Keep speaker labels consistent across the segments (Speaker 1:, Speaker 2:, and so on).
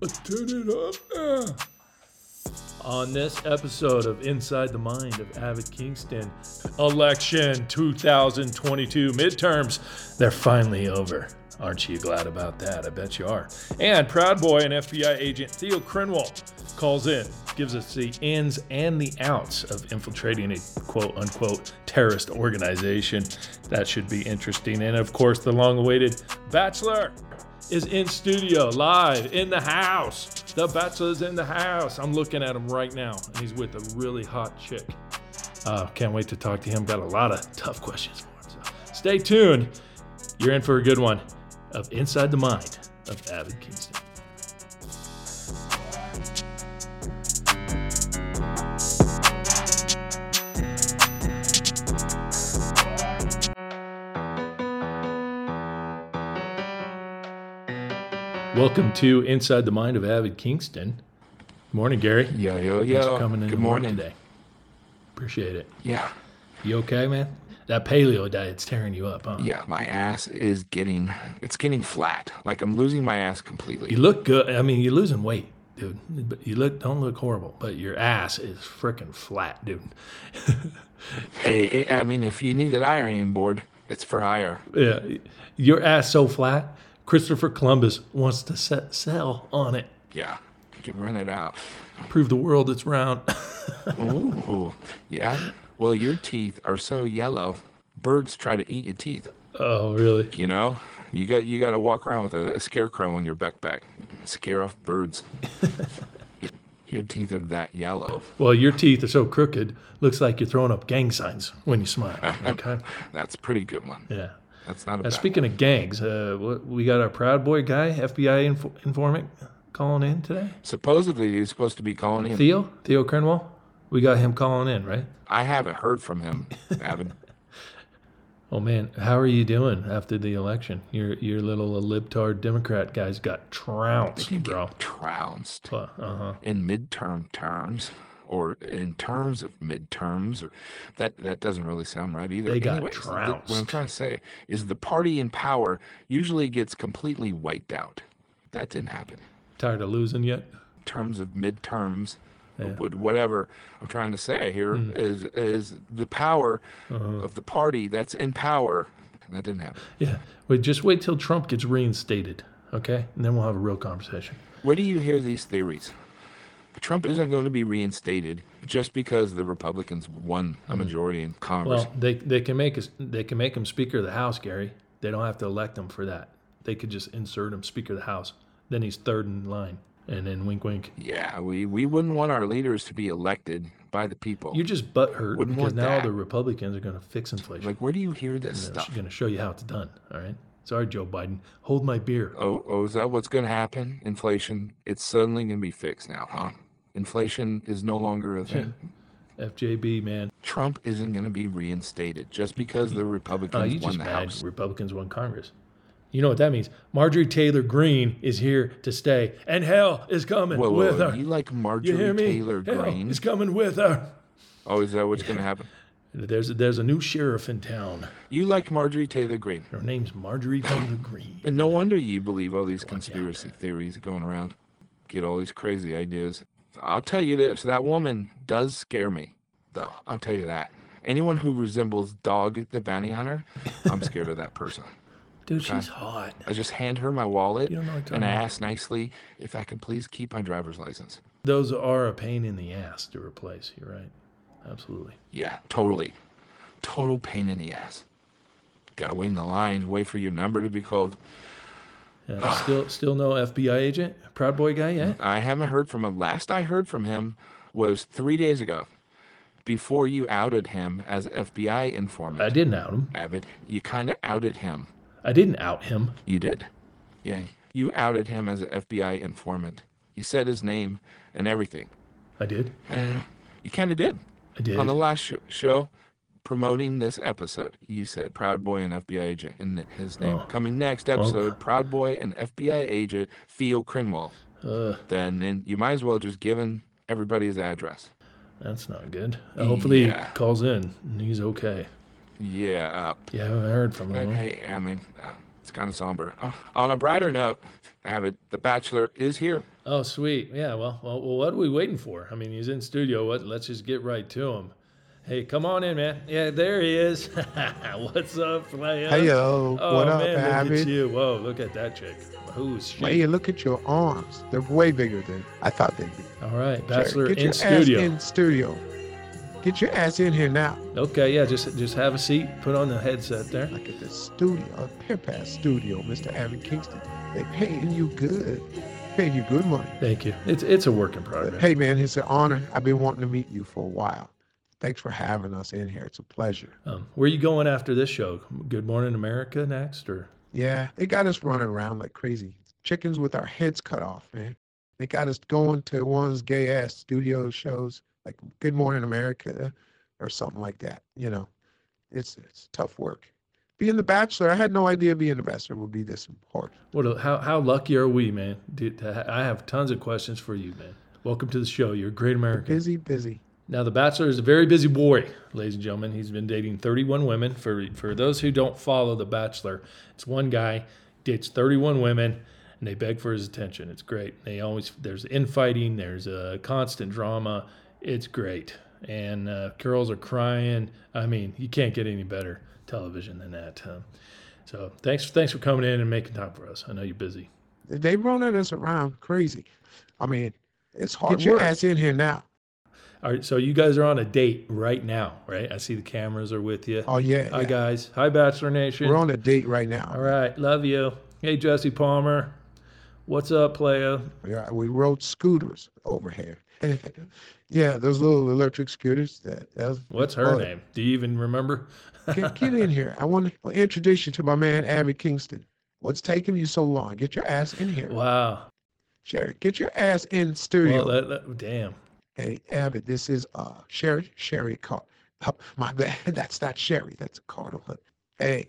Speaker 1: Let's turn it up now. On this episode of Inside the Mind of Avid Kingston, election 2022 midterms, they're finally over. Aren't you glad about that? I bet you are. And Proud Boy and FBI agent Theo Crenwell calls in, gives us the ins and the outs of infiltrating a quote unquote terrorist organization. That should be interesting. And of course, the long awaited Bachelor is in studio, live, in the house. The Bachelor's in the house. I'm looking at him right now, and he's with a really hot chick. Uh, can't wait to talk to him. Got a lot of tough questions for him. So stay tuned. You're in for a good one of Inside the Mind of Avid Kingston. Welcome to Inside the Mind of Avid Kingston. Morning, Gary.
Speaker 2: Yo, yo,
Speaker 1: Thanks
Speaker 2: yo.
Speaker 1: for coming in to
Speaker 2: Good
Speaker 1: work
Speaker 2: morning.
Speaker 1: today. Appreciate it.
Speaker 2: Yeah.
Speaker 1: You okay, man? That paleo diet's tearing you up, huh?
Speaker 2: Yeah. My ass is getting, it's getting flat. Like I'm losing my ass completely.
Speaker 1: You look good. I mean, you're losing weight, dude. But you look don't look horrible, but your ass is freaking flat, dude.
Speaker 2: Hey, I I mean, if you need an ironing board, it's for hire.
Speaker 1: Yeah, your ass so flat. Christopher Columbus wants to set sail on it,
Speaker 2: Yeah. You can run it out.
Speaker 1: prove the world it's round.
Speaker 2: Ooh. Yeah. Well, your teeth are so yellow. Birds try to eat your teeth.
Speaker 1: oh, really?
Speaker 2: You know, you got you got to walk around with a, a scarecrow on your backpack, scare off birds. your teeth are that yellow.
Speaker 1: Well, your teeth are so crooked, looks like you're throwing up gang signs when you smile. Okay.
Speaker 2: That's a pretty good one.
Speaker 1: Yeah.
Speaker 2: That's not a
Speaker 1: Now,
Speaker 2: bad.
Speaker 1: speaking of gangs, uh, what- we got our Proud Boy guy, FBI inf- informant, calling in today.
Speaker 2: Supposedly he's supposed to be calling in.
Speaker 1: Theo, Theo Kernwall. We got him calling in, right?
Speaker 2: I haven't heard from him, Evan.
Speaker 1: Oh man, how are you doing after the election? Your your little libtard Democrat guys got trounced, bro.
Speaker 2: Trounced
Speaker 1: Uh huh.
Speaker 2: in midterm terms, or in terms of midterms, or that that doesn't really sound right either.
Speaker 1: They got
Speaker 2: Anyways, th- What I'm
Speaker 1: trounced.
Speaker 2: trying to say is the party in power usually gets completely wiped out. That didn't happen.
Speaker 1: Tired of losing yet?
Speaker 2: terms of midterms,
Speaker 1: Yeah. Hmm.
Speaker 2: would whatever I'm trying to say here is is the power
Speaker 1: Uh-huh.
Speaker 2: of the party that's in power. That didn't happen.
Speaker 1: Yeah. Wait, just wait till Trump gets reinstated, okay? And then we'll have a real conversation.
Speaker 2: Where do you hear these theories? Trump isn't going to be reinstated just because the Republicans won a majority in Congress.
Speaker 1: Hmm. Well, they they can make us they can make him Speaker of the House, Gary. They don't have to elect him for that. They could just insert him Speaker of the House. Then he's third in line, and then wink, wink.
Speaker 2: yeah, we, we wouldn't want our leaders to be elected by the people.
Speaker 1: You're just butthurt
Speaker 2: Wouldn't
Speaker 1: because
Speaker 2: want
Speaker 1: now
Speaker 2: that.
Speaker 1: the Republicans are going to fix inflation.
Speaker 2: like, where do you hear this
Speaker 1: I'm
Speaker 2: stuff?
Speaker 1: going to show you how it's done. All right. Sorry, Joe Biden. Hold my beer.
Speaker 2: Oh, oh, is that what's going to happen? Inflation, it's suddenly going to be fixed now, huh? Inflation is no longer a thing.
Speaker 1: FJB, man.
Speaker 2: Trump isn't going to be reinstated just because the
Speaker 1: Oh,
Speaker 2: Republicans
Speaker 1: you
Speaker 2: won
Speaker 1: just
Speaker 2: the
Speaker 1: mad
Speaker 2: House.
Speaker 1: Republicans won Congress. You know what that means. Marjorie Taylor Greene is here to stay, and hell is coming
Speaker 2: Whoa, whoa,
Speaker 1: with
Speaker 2: whoa.
Speaker 1: her.
Speaker 2: You like
Speaker 1: You
Speaker 2: Marjorie
Speaker 1: hear me?
Speaker 2: Taylor
Speaker 1: hell
Speaker 2: Greene?
Speaker 1: is coming with her.
Speaker 2: Oh, is that what's going to happen?
Speaker 1: There's a, there's a new sheriff in town.
Speaker 2: You like Marjorie Taylor Greene.
Speaker 1: Her name's Marjorie Taylor Greene.
Speaker 2: And no wonder you believe all these conspiracy theories going around. Get all these crazy ideas. I'll tell you this that woman does scare me, though. I'll tell you that. Anyone who resembles Dog the Bounty Hunter, I'm scared of that person.
Speaker 1: Dude, she's hot.
Speaker 2: I just hand her my wallet
Speaker 1: You don't know what I'm
Speaker 2: and I
Speaker 1: talking
Speaker 2: ask nicely if I can please keep my driver's license.
Speaker 1: Those are a pain in the ass to replace. You're right. Absolutely.
Speaker 2: Yeah, totally. Total pain in the ass. Gotta wait in the line, wait for your number to be called.
Speaker 1: Yeah, Uh, still still no FBI agent? Proud Boy guy yet?
Speaker 2: I haven't heard from him. Last I heard from him was three days ago, before you outed him as FBI
Speaker 1: I
Speaker 2: informant.
Speaker 1: didn't out him.
Speaker 2: Abbott, you kind of outed him.
Speaker 1: I didn't out him.
Speaker 2: You did. Yeah, you outed him as an FBI informant. You said his name and everything.
Speaker 1: I did.
Speaker 2: You kind of did.
Speaker 1: I did.
Speaker 2: On the last sh- show, promoting this episode, you said Proud Boy and FBI agent in th- his name.
Speaker 1: Oh.
Speaker 2: Coming next episode, Proud Boy and FBI agent Theo Crinwell.
Speaker 1: Ugh.
Speaker 2: Then, then you might as well just give him everybody his address.
Speaker 1: That's not good. Uh, Hopefully
Speaker 2: Yeah.
Speaker 1: he calls in and he's okay.
Speaker 2: Yeah. Uh,
Speaker 1: You haven't heard from him.
Speaker 2: but
Speaker 1: huh?
Speaker 2: hey, I mean, uh, It's kind of somber. Uh, on a brighter note, Abbott, The Bachelor is here.
Speaker 1: Oh, sweet. Yeah. Well, well, well, what are we waiting for? I mean, he's in studio. What? Let's just get right to him. Hey, come on in, man. Yeah, there he is. What's up, Flaya?
Speaker 3: Hey yo,
Speaker 1: Oh
Speaker 3: what up,
Speaker 1: man, look at
Speaker 3: Abby?
Speaker 1: you. Whoa, look at that chick. Who's she?
Speaker 3: Hey, look at your arms. They're way bigger than I thought they'd be.
Speaker 1: All right, Bachelor
Speaker 3: Get your
Speaker 1: in
Speaker 3: ass
Speaker 1: studio.
Speaker 3: in studio. Get your ass in here now.
Speaker 1: Okay, yeah, just just have a seat. Put on the headset there.
Speaker 3: Look at this studio, a pimp ass studio, Mr. Abby Kingston. They paying you good. Paying you good money.
Speaker 1: Thank you. It's it's a work in progress.
Speaker 3: Hey man, it's an honor. I've been wanting to meet you for a while. Thanks for having us in here. It's a pleasure.
Speaker 1: Um, where you going after this show? Good Morning America next, or
Speaker 3: Yeah, they got us running around like crazy. Chickens with our heads cut off, man. They got us going to one's gay ass studio shows like Good Morning America or something like that. You know, it's it's tough work. Being the bachelor, I had no idea being the bachelor would be this important.
Speaker 1: what? a- How how lucky are we, man? Dude, I have tons of questions for you, man. Welcome to the show. You're a great American.
Speaker 3: Busy, busy.
Speaker 1: Now, The Bachelor is a very busy boy, ladies and gentlemen. He's been dating 31 women. For, for those who don't follow The Bachelor, it's one guy dates 31 women and they beg for his attention. It's great. They always there's infighting, there's a constant drama. It's great. And uh, girls are crying. I mean, you can't get any better television than that. huh? so thanks thanks for coming in and making time for us. I know you're busy.
Speaker 3: They running us around crazy. I mean, it's hard.
Speaker 1: It
Speaker 3: Get your
Speaker 1: works.
Speaker 3: ass in here now.
Speaker 1: All right, so you guys are on a date right now, right? I see the cameras are with you.
Speaker 3: Oh yeah,
Speaker 1: Hi
Speaker 3: yeah.
Speaker 1: guys. Hi Bachelor Nation.
Speaker 3: we're on a date right now.
Speaker 1: All right, love you. Hey, Jesse Palmer. What's up, playa?
Speaker 3: Yeah, we rode scooters over here. yeah, those little electric scooters. That, that was
Speaker 1: What's her
Speaker 3: Oh.
Speaker 1: name? Do you even remember?
Speaker 3: get, get in here. I want to introduce you to my man, Abby Kingston. What's taking you so long? Get your ass in here.
Speaker 1: Wow.
Speaker 3: Sherry, get your ass in
Speaker 1: Well,
Speaker 3: studio.
Speaker 1: that, that- damn.
Speaker 3: hey, Abby, this is uh Sherry, Sherry Car. Oh, my bad. That's not Sherry. That's Cardinal. Hey,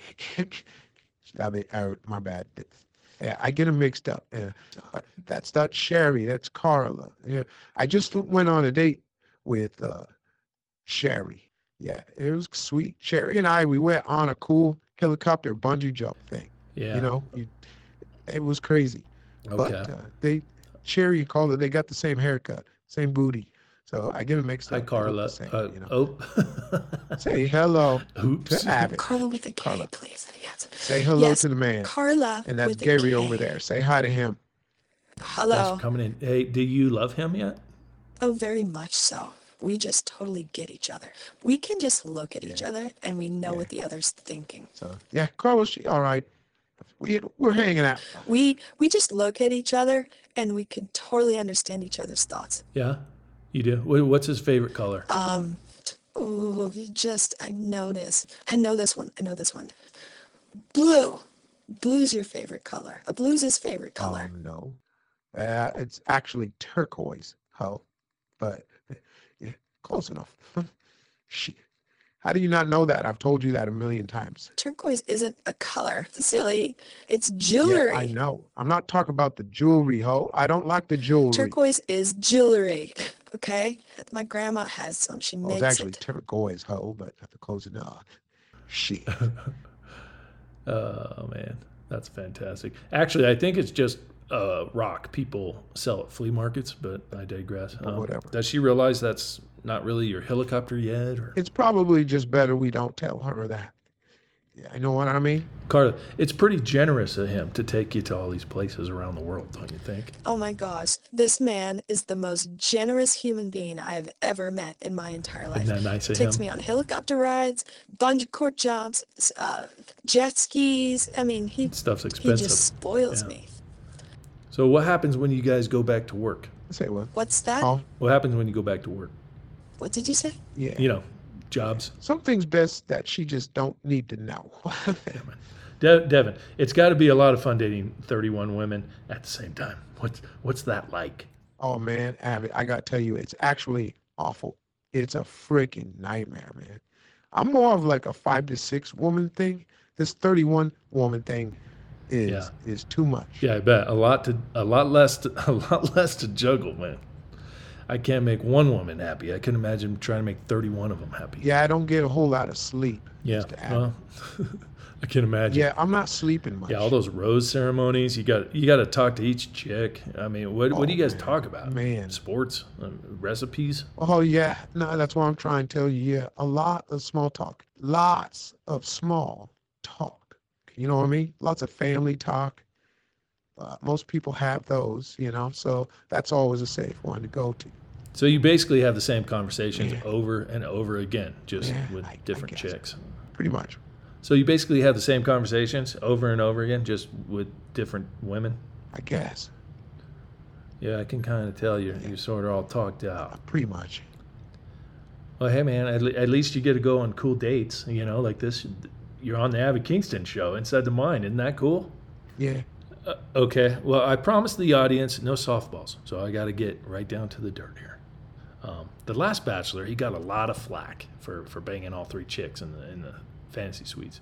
Speaker 3: I mean, I, my bad. Yeah, I get them mixed up. Yeah. Uh, That's not Sherry. That's Carla. Yeah. I just went on a date with uh, Sherry. Yeah, it was sweet. Sherry and I, we went on a cool helicopter bungee jump thing.
Speaker 1: Yeah.
Speaker 3: You know, you, it was crazy.
Speaker 1: okay.
Speaker 3: But uh, they, Sherry and Carla, they got the same haircut, same booty. So I get them mixed
Speaker 1: Hi,
Speaker 3: up. They look the
Speaker 1: Carla.
Speaker 3: same,
Speaker 1: uh,
Speaker 3: you know.
Speaker 1: Oh.
Speaker 3: Say hello
Speaker 1: Oops.
Speaker 3: to Abbott.
Speaker 4: Carla with a K,
Speaker 3: Carla.
Speaker 4: please. Yes.
Speaker 3: Say hello
Speaker 4: Yes,
Speaker 3: to the man.
Speaker 4: Carla.
Speaker 3: And that's
Speaker 4: with a
Speaker 3: Gary
Speaker 4: K.
Speaker 3: over there. Say hi to him.
Speaker 1: Thanks
Speaker 4: Hello.
Speaker 1: for coming in. Hey, do you love him yet?
Speaker 4: Oh, very much so. We just totally get each other. We can just look at each other and we know
Speaker 3: Yeah.
Speaker 4: what the other's thinking.
Speaker 3: So yeah, Carla, she all right. We we're hanging out.
Speaker 4: We we just look at each other and we can totally understand each other's thoughts.
Speaker 1: Yeah. You do? Wh- What's his favorite color?
Speaker 4: Um ooh, just I know this. I know this one. I know this one. Blue. Blue's your favorite color. Uh, Blue's his favorite color.
Speaker 3: Um, no, uh, it's actually turquoise. Oh, but yeah, close enough. Shit. How do you not know that? I've told you that a million times.
Speaker 4: Turquoise isn't a color. Silly. It's jewelry.
Speaker 3: Yeah, I know. I'm not talking about the jewelry, ho. I don't like the jewelry.
Speaker 4: Turquoise is jewelry. Okay? My grandma has some. She
Speaker 1: Oh,
Speaker 3: Well,
Speaker 4: makes
Speaker 3: Oh, it's actually
Speaker 4: it.
Speaker 3: turquoise, ho, but I have to close it up. Shit.
Speaker 1: Oh, man. That's fantastic. Actually, I think it's just uh, rock. People sell at flea markets, but I digress. Um,
Speaker 3: But whatever.
Speaker 1: Does she realize that's not really your helicopter yet? Or?
Speaker 3: It's probably just better we don't tell her that. Yeah, you know what I mean?
Speaker 1: Carla, it's pretty generous of him to take you to all these places around the world, don't you think?
Speaker 4: Oh my gosh. This man is the most generous human being I've ever met in my entire life.
Speaker 1: Isn't that nice of
Speaker 4: Takes
Speaker 1: him?
Speaker 4: me on helicopter rides, bungee cord jumps, s- uh, jet skis. I mean, he,
Speaker 1: Stuff's
Speaker 4: he
Speaker 1: expensive.
Speaker 4: just spoils
Speaker 1: Yeah.
Speaker 4: me.
Speaker 1: So what happens when you guys go back to work?
Speaker 3: Say what?
Speaker 4: What's that?
Speaker 3: Oh,
Speaker 1: What happens when you go back to work?
Speaker 4: What did you say?
Speaker 3: yeah.
Speaker 1: You know, jobs.
Speaker 3: Something's best that she just don't need to know.
Speaker 1: De- Devin, it's got to be a lot of fun dating 31 women at the same time. What's what's that like?
Speaker 3: oh man, Abbott, I gotta tell you, it's actually awful. It's a freaking nightmare, man. I'm more of like a five to six woman thing. This 31 woman thing is
Speaker 1: Yeah.
Speaker 3: is too much.
Speaker 1: Yeah, I bet a lot to a lot less to, a lot less to juggle, man. I can't make one woman happy. I couldn't imagine trying to make 31 of them happy.
Speaker 3: Yeah, I don't get a whole lot of sleep.
Speaker 1: Yeah.
Speaker 3: Mr. Abbott.
Speaker 1: Well, I I can imagine.
Speaker 3: Yeah, I'm not sleeping much.
Speaker 1: Yeah, all those rose ceremonies. You got you got to talk to each chick. I mean, what what do
Speaker 3: Oh,
Speaker 1: you guys
Speaker 3: man.
Speaker 1: talk about?
Speaker 3: Man.
Speaker 1: sports, um, recipes.
Speaker 3: Oh yeah, no, that's what I'm trying to tell you. Yeah, a lot of small talk, lots of small talk. You know what I mean? Lots of family talk. Uh, most people have those, you know, so that's always a safe one to go to.
Speaker 1: So you basically have the same conversations
Speaker 3: Yeah.
Speaker 1: over and over again, just
Speaker 3: Yeah,
Speaker 1: with
Speaker 3: I- I
Speaker 1: different
Speaker 3: guess.
Speaker 1: chicks.
Speaker 3: Pretty much.
Speaker 1: So you basically have the same conversations over and over again, just with different women.
Speaker 3: I guess.
Speaker 1: Yeah, I can kind of tell you're you're sort of all talked out.
Speaker 3: uh, Pretty much.
Speaker 1: Well, hey man, at, le- at least you get to go on cool dates. You know, like this. You're on the Avid Kingston show inside the mind. Isn't that cool?
Speaker 3: Yeah.
Speaker 1: Uh, okay. Well, I promised the audience no softballs, so I got to get right down to the dirt here. Um, the last bachelor, he got a lot of flack for, for banging all three chicks in the in the fantasy suites.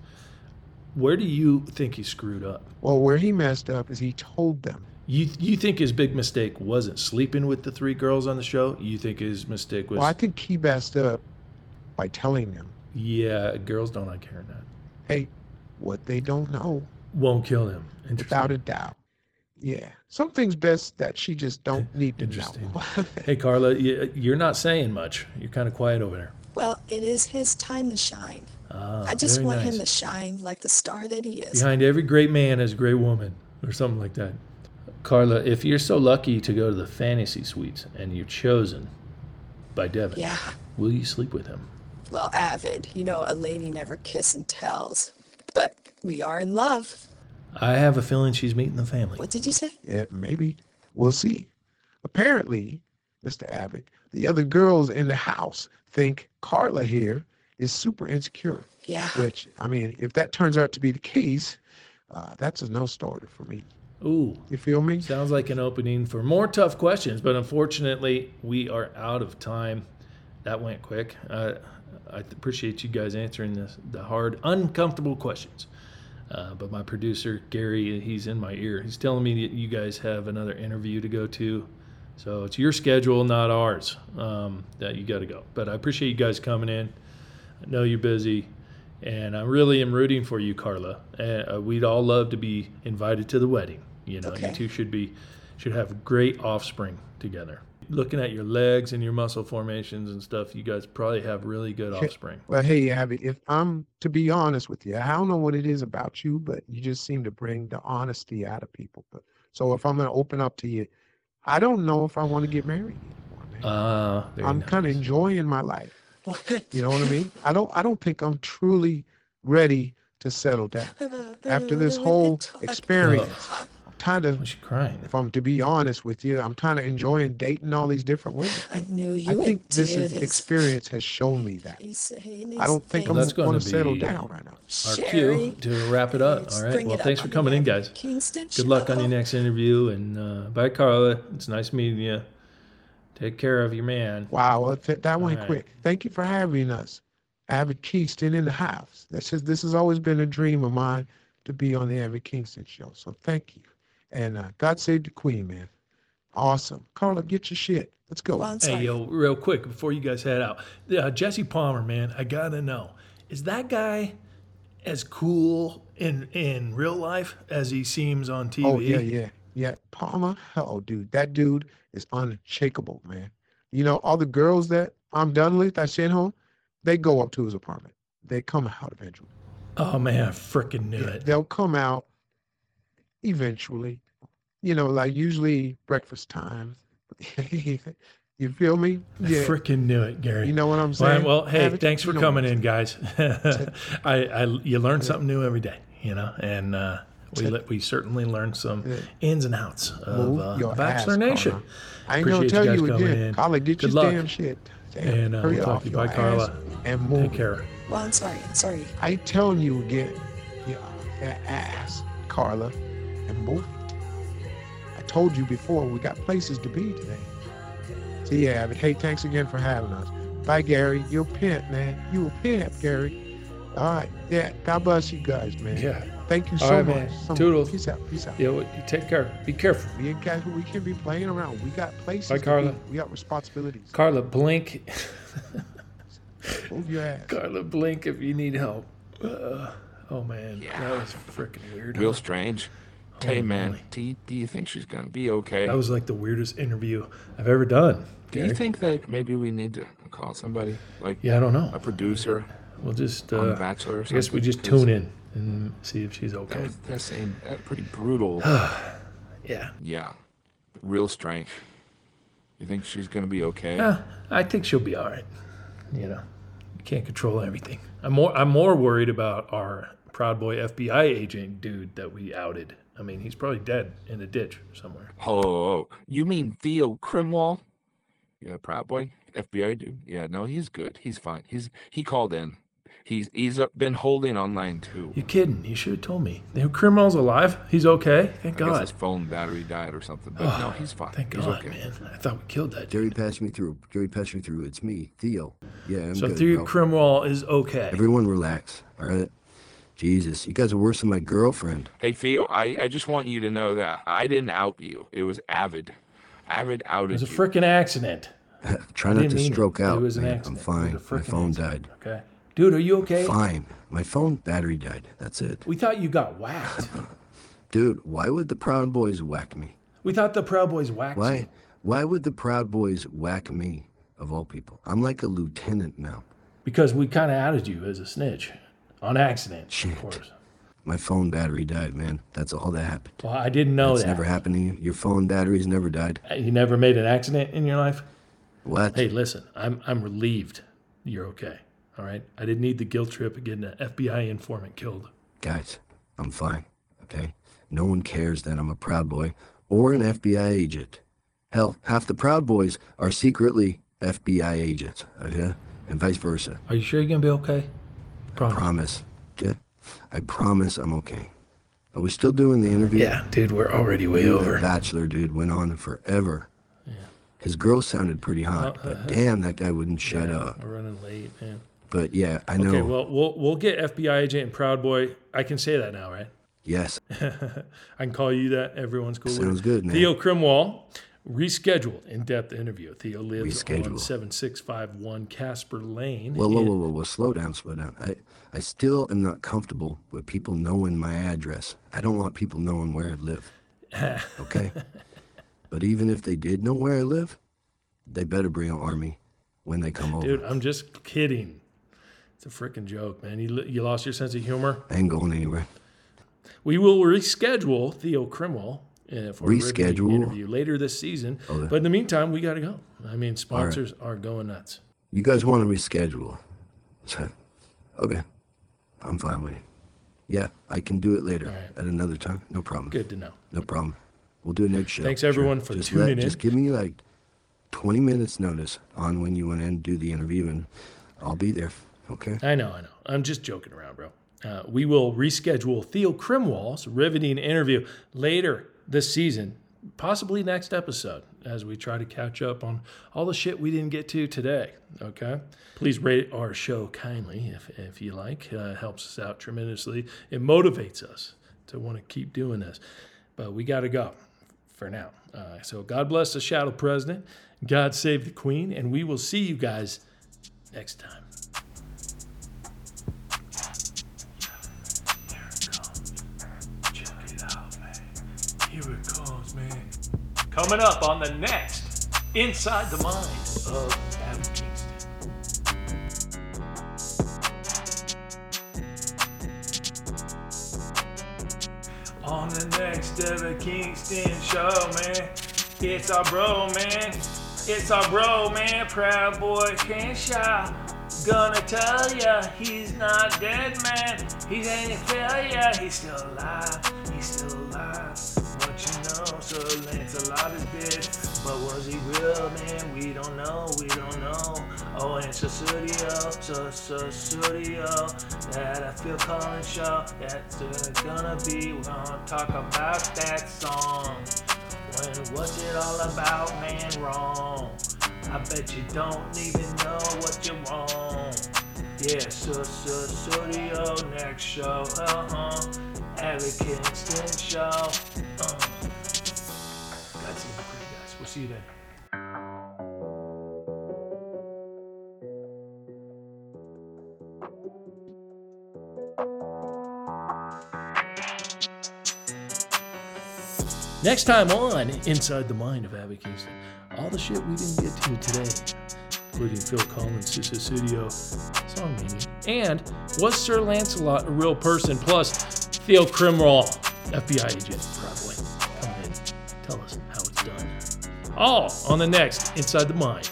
Speaker 1: Where do you think he screwed up?
Speaker 3: Well, where he messed up is he told them.
Speaker 1: You you think his big mistake wasn't sleeping with the three girls on the show? You think his mistake was
Speaker 3: Well, I think he messed up by telling them,
Speaker 1: yeah, girls don't like hearing that.
Speaker 3: hey, what they don't know,
Speaker 1: Won't kill him. Interesting.
Speaker 3: without a doubt. Yeah. Some things best that she just don't need to
Speaker 1: Interesting.
Speaker 3: know.
Speaker 1: Hey Carla, you, you're not saying much. You're kind of quiet over there.
Speaker 4: Well, it is his time to shine.
Speaker 1: Ah,
Speaker 4: I just
Speaker 1: very
Speaker 4: want
Speaker 1: nice.
Speaker 4: him to shine like the star that he is.
Speaker 1: Behind every great man is a great woman, or something like that. Carla, if you're so lucky to go to the fantasy suites and you're chosen by Devin,
Speaker 4: Yeah.
Speaker 1: will you sleep with him?
Speaker 4: Well, avid. You know, a lady never kiss and tells. But we are in love.
Speaker 1: I have a feeling she's meeting the family.
Speaker 4: What did you say?
Speaker 3: Yeah, maybe. We'll see. Apparently, Mr. Abbott, the other girls in the house think Carla here is super insecure,
Speaker 4: Yeah.
Speaker 3: which, I mean, if that turns out to be the case, uh, that's a no starter for me.
Speaker 1: Ooh,
Speaker 3: You feel me?
Speaker 1: sounds like an opening for more tough questions, but unfortunately, we are out of time. That went quick. Uh, I appreciate you guys answering this, the hard, uncomfortable questions. Uh, but my producer Gary, he's in my ear. He's telling me that you guys have another interview to go to, so it's your schedule, not ours, um, that you got to go. But I appreciate you guys coming in. I know you're busy, and I really am rooting for you, Carla. And uh, we'd all love to be invited to the wedding. You know,
Speaker 4: Okay.
Speaker 1: you two should be should have great offspring together. Looking at your legs and your muscle formations and stuff, you guys probably have really good offspring.
Speaker 3: Well, hey, Abbott, if I'm to be honest with you, I don't know what it is about you, but you just seem to bring the honesty out of people. But so if I'm going to open up to you, I don't know if I want to get married anymore, man.
Speaker 1: Ah, very
Speaker 3: I'm
Speaker 1: nice.
Speaker 3: kind of enjoying my life. You know what I mean? I don't I don't think I'm truly ready to settle down. After this whole experience,
Speaker 1: Oh.
Speaker 3: I'm kind
Speaker 1: Why
Speaker 3: of
Speaker 1: is she crying?
Speaker 3: if I'm to be honest with you, I'm kind of enjoying dating all these different women.
Speaker 4: I knew you
Speaker 3: I
Speaker 4: would
Speaker 3: think this
Speaker 4: do
Speaker 3: is,
Speaker 4: this.
Speaker 3: experience has shown me that.
Speaker 4: He's saying
Speaker 3: I don't
Speaker 4: these
Speaker 3: think
Speaker 4: things.
Speaker 3: I'm
Speaker 1: That's
Speaker 3: going
Speaker 1: gonna
Speaker 3: to settle
Speaker 1: be
Speaker 3: down right now.
Speaker 1: Our
Speaker 4: Sherry,
Speaker 1: cue to wrap it up.
Speaker 4: let's
Speaker 1: All right.
Speaker 4: bring
Speaker 1: Well,
Speaker 4: it up
Speaker 1: thanks for
Speaker 4: on the
Speaker 1: coming in,
Speaker 4: Abbott
Speaker 1: guys.
Speaker 4: Kingston
Speaker 1: Good luck
Speaker 4: show.
Speaker 1: on your next interview, and uh, bye, Carla. It's nice meeting you. Take care of your man.
Speaker 3: Wow, well, th- that went
Speaker 1: right.
Speaker 3: quick. Thank you for having us. Avid Kingston in the house. That's just, this has always been a dream of mine to be on the Avid Kingston show. So thank you. And uh, God save the Queen, man. Awesome. Carla, get your shit. Let's go.
Speaker 4: Well, I'm
Speaker 1: Hey,
Speaker 4: sorry.
Speaker 1: yo, real quick before you guys head out, uh, Jesse Palmer, man, I gotta know, is that guy as cool in in real life as he seems on TV?
Speaker 3: Oh yeah, yeah, yeah. Palmer, oh dude, that dude is unshakable, man. You know, all the girls that I'm done with, I sent home, they go up to his apartment. They come out eventually.
Speaker 1: Oh man, I freaking knew
Speaker 3: Yeah,
Speaker 1: it.
Speaker 3: They'll come out eventually. You know, like usually breakfast time. you feel me?
Speaker 1: I
Speaker 3: Yeah.
Speaker 1: freaking knew it, Gary.
Speaker 3: You know what I'm
Speaker 1: All right,
Speaker 3: saying?
Speaker 1: well, hey,
Speaker 3: Abbott,
Speaker 1: thanks
Speaker 3: you
Speaker 1: for
Speaker 3: know what
Speaker 1: coming
Speaker 3: I'm
Speaker 1: in,
Speaker 3: saying.
Speaker 1: guys. I, I, you learn something new every day, you know, and uh, we
Speaker 3: Check.
Speaker 1: le- we certainly learned some
Speaker 3: Yeah.
Speaker 1: ins and outs of
Speaker 3: Move
Speaker 1: uh,
Speaker 3: your
Speaker 1: Bachelor
Speaker 3: ass,
Speaker 1: Nation.
Speaker 3: Carla. I ain't gonna
Speaker 1: Appreciate
Speaker 3: tell
Speaker 1: you
Speaker 3: you
Speaker 1: guys coming
Speaker 3: again.
Speaker 1: in.
Speaker 3: Carla, get
Speaker 1: Good
Speaker 3: your
Speaker 1: luck.
Speaker 3: damn shit. Damn,
Speaker 1: And, uh,
Speaker 3: hurry
Speaker 1: we'll talk
Speaker 3: off
Speaker 1: to you.
Speaker 3: your
Speaker 1: Bye, Carla.
Speaker 3: ass And move.
Speaker 1: Take care.
Speaker 4: Well, I'm sorry. Sorry.
Speaker 3: I telling you again, your ass, Carla, and move. I told you before, we got places to be today. So yeah, but hey, thanks again for having us. Bye, Gary. You a pimp, man. You a pimp, Gary. All right. Yeah. God bless you guys, man.
Speaker 1: Yeah.
Speaker 3: Thank you
Speaker 1: All
Speaker 3: so
Speaker 1: right,
Speaker 3: much.
Speaker 1: man.
Speaker 3: so much.
Speaker 1: Toodles.
Speaker 3: Peace out. Peace out.
Speaker 1: Yeah, well, you take care. Be careful.
Speaker 3: We ain't got, we can't be playing around. We got places.
Speaker 1: Bye,
Speaker 3: to
Speaker 1: Carla.
Speaker 3: be. We got responsibilities.
Speaker 1: Carla, blink.
Speaker 3: Move your ass.
Speaker 1: Carla, blink if you need help. Uh, Oh man, that
Speaker 2: Yeah.
Speaker 1: was freaking weird.
Speaker 2: Real strange. Hey man,
Speaker 1: moly.
Speaker 2: do you, do you think she's gonna be okay?
Speaker 1: That was like the weirdest interview I've ever done.
Speaker 2: Do you
Speaker 1: Gary.
Speaker 2: think that maybe we need to call somebody like
Speaker 1: Yeah, I don't
Speaker 2: a
Speaker 1: know.
Speaker 2: producer
Speaker 1: We'll just
Speaker 2: on The
Speaker 1: uh,
Speaker 2: Bachelor? Or
Speaker 1: I guess we just tune in and see if she's
Speaker 2: That
Speaker 1: okay.
Speaker 2: was that same, that pretty brutal.
Speaker 1: Yeah.
Speaker 2: yeah, real strange. You think she's gonna be okay?
Speaker 1: Uh, I think she'll be all right. You know, you can't control everything. I'm more I'm more worried about our Proud Boy FBI agent dude that we outed. I mean, he's probably dead in a ditch somewhere.
Speaker 2: Oh, you mean Theo Krimwall? Yeah, Proud Boy, FBI dude. Yeah, no, he's good. He's fine. He's he called in. He's he's uh, been holding online too.
Speaker 1: You kidding? You should have told me. The criminal's alive. He's okay. Thank
Speaker 2: I guess
Speaker 1: God.
Speaker 2: his phone battery died or something, but no, he's fine.
Speaker 1: Thank
Speaker 2: he's
Speaker 1: God,
Speaker 2: okay.
Speaker 1: man. I thought we killed that. dude.
Speaker 5: Jerry, pass me through. Jerry, pass me through. It's me, Theo. Yeah, I'm
Speaker 1: So
Speaker 5: good.
Speaker 1: Theo
Speaker 5: bro.
Speaker 1: Krimwall is okay.
Speaker 5: Everyone relax, all right? Jesus, you guys are worse than my girlfriend.
Speaker 2: Hey Theo, I, I just want you to know that I didn't out you. It was Avid. Avid outed
Speaker 1: It was a
Speaker 2: you.
Speaker 1: freaking accident.
Speaker 5: Try
Speaker 1: I
Speaker 5: not
Speaker 1: didn't
Speaker 5: to
Speaker 1: mean it.
Speaker 5: stroke out.
Speaker 1: It was an
Speaker 5: man.
Speaker 1: accident.
Speaker 5: I'm
Speaker 1: It
Speaker 5: fine.
Speaker 1: was a
Speaker 5: My
Speaker 1: freaking
Speaker 5: phone
Speaker 1: accident.
Speaker 5: died.
Speaker 1: Okay. Dude, are you okay?
Speaker 5: Fine. My phone battery died. That's it.
Speaker 1: We thought you got whacked.
Speaker 5: Dude, why would the Proud Boys whack me?
Speaker 1: We thought the Proud Boys whacked you.
Speaker 5: Why? Why would the Proud Boys whack me? Of all people, I'm like a lieutenant now.
Speaker 1: Because we kind of outed you as a snitch on accident, of
Speaker 5: Shit.
Speaker 1: course.
Speaker 5: My phone battery died, man. That's all that happened.
Speaker 1: Well, I didn't know
Speaker 5: It's
Speaker 1: that.
Speaker 5: never happened to you. Your phone batteries never died.
Speaker 1: You never made an accident in your life?
Speaker 5: What?
Speaker 1: Hey, listen, I'm, I'm relieved you're okay. All right? I didn't need the guilt trip of getting an FBI informant killed.
Speaker 5: Guys, I'm fine. Okay? No one cares that I'm a Proud Boy or an FBI agent. Hell, half the Proud Boys are secretly FBI agents, okay? And vice versa.
Speaker 1: Are you sure you're going to be okay? Promise.
Speaker 5: Promise. Okay? I promise I'm okay. Are we still doing the interview?
Speaker 1: yeah, dude, we're already way
Speaker 5: The
Speaker 1: over.
Speaker 5: Bachelor dude went on forever. His girl sounded pretty hot,
Speaker 1: uh-huh.
Speaker 5: but damn, that guy wouldn't shut up.
Speaker 1: We're running late, man.
Speaker 5: But yeah, I know.
Speaker 1: Okay, well, we'll we'll get FBI agent and Proud Boy. I can say that now, right?
Speaker 5: yes,
Speaker 1: I can call you that. Everyone's cool. with
Speaker 5: Sounds
Speaker 1: it.
Speaker 5: good, man.
Speaker 1: Theo Krimwall rescheduled in-depth interview. Theo lives on
Speaker 5: Rescheduled.
Speaker 1: seven six five one Casper Lane.
Speaker 5: Whoa, whoa,
Speaker 1: in-
Speaker 5: whoa, whoa, whoa, slow down, slow down. I, I still am not comfortable with people knowing my address. I don't want people knowing where I live. Okay? but even if they did know where I live, they better bring an army when they come over.
Speaker 1: Dude, I'm just kidding. It's a freaking joke, man. You li- you lost your sense of humor.
Speaker 5: I ain't going anywhere.
Speaker 1: We will reschedule Theo Krimwall uh, for a
Speaker 5: Reschedule?
Speaker 1: riveting interview later this season. But in the meantime, we got to go. I mean, sponsors are going nuts.
Speaker 5: You guys want to reschedule? So, okay. I'm fine with it. Yeah, I can do it later at another time. No problem.
Speaker 1: Good to know.
Speaker 5: No problem. We'll do it next show.
Speaker 1: Thanks, everyone, for
Speaker 5: just
Speaker 1: tuning in.
Speaker 5: Just give me like 20 minutes notice on when you want to do the interview, and I'll be there. Okay.
Speaker 1: I know, I know. I'm just joking around, bro. Uh, we will reschedule Theo Krimwall's riveting interview later this season, possibly next episode, as we try to catch up on all the shit we didn't get to today. Okay? Please rate our show kindly if, if you like. Uh, it helps us out tremendously. It motivates us to want to keep doing this. But we got to go for now. Uh, so God bless the shadow president. God save the queen. And we will see you guys next time. Here it comes. Check it out, man. Here it comes, man. Coming up on the next Inside the Mind of Adam Kingston. On the next Evan Kingston show, man. It's our bro, man. It's our bro, man. Proud boy Crenshaw. Gonna tell ya he's not dead, man. He's ain't a failure. He's still alive. He's still alive. What you know? So Lancelot is dead. But was he real, man? We don't know. We don't know. Oh, and so studio, so so studio. That I feel calling show. That's uh, gonna be. We're gonna talk about that song. When what's it all about, man? Wrong. I bet you don't even know what you want. Yeah, so so studio next show. Uh huh. Alec Kingston show. Uh. That's it for you guys. We'll see you then. Next time on Inside the Mind of Abby Kingston, all the shit we didn't get to today, including Phil Collins, Sissa Studio, Song Meaning, and Was Sir Lancelot a Real Person? Plus, Theo Krimroll, FBI agent, probably. Come in, tell us how it's done. All on the next Inside the Mind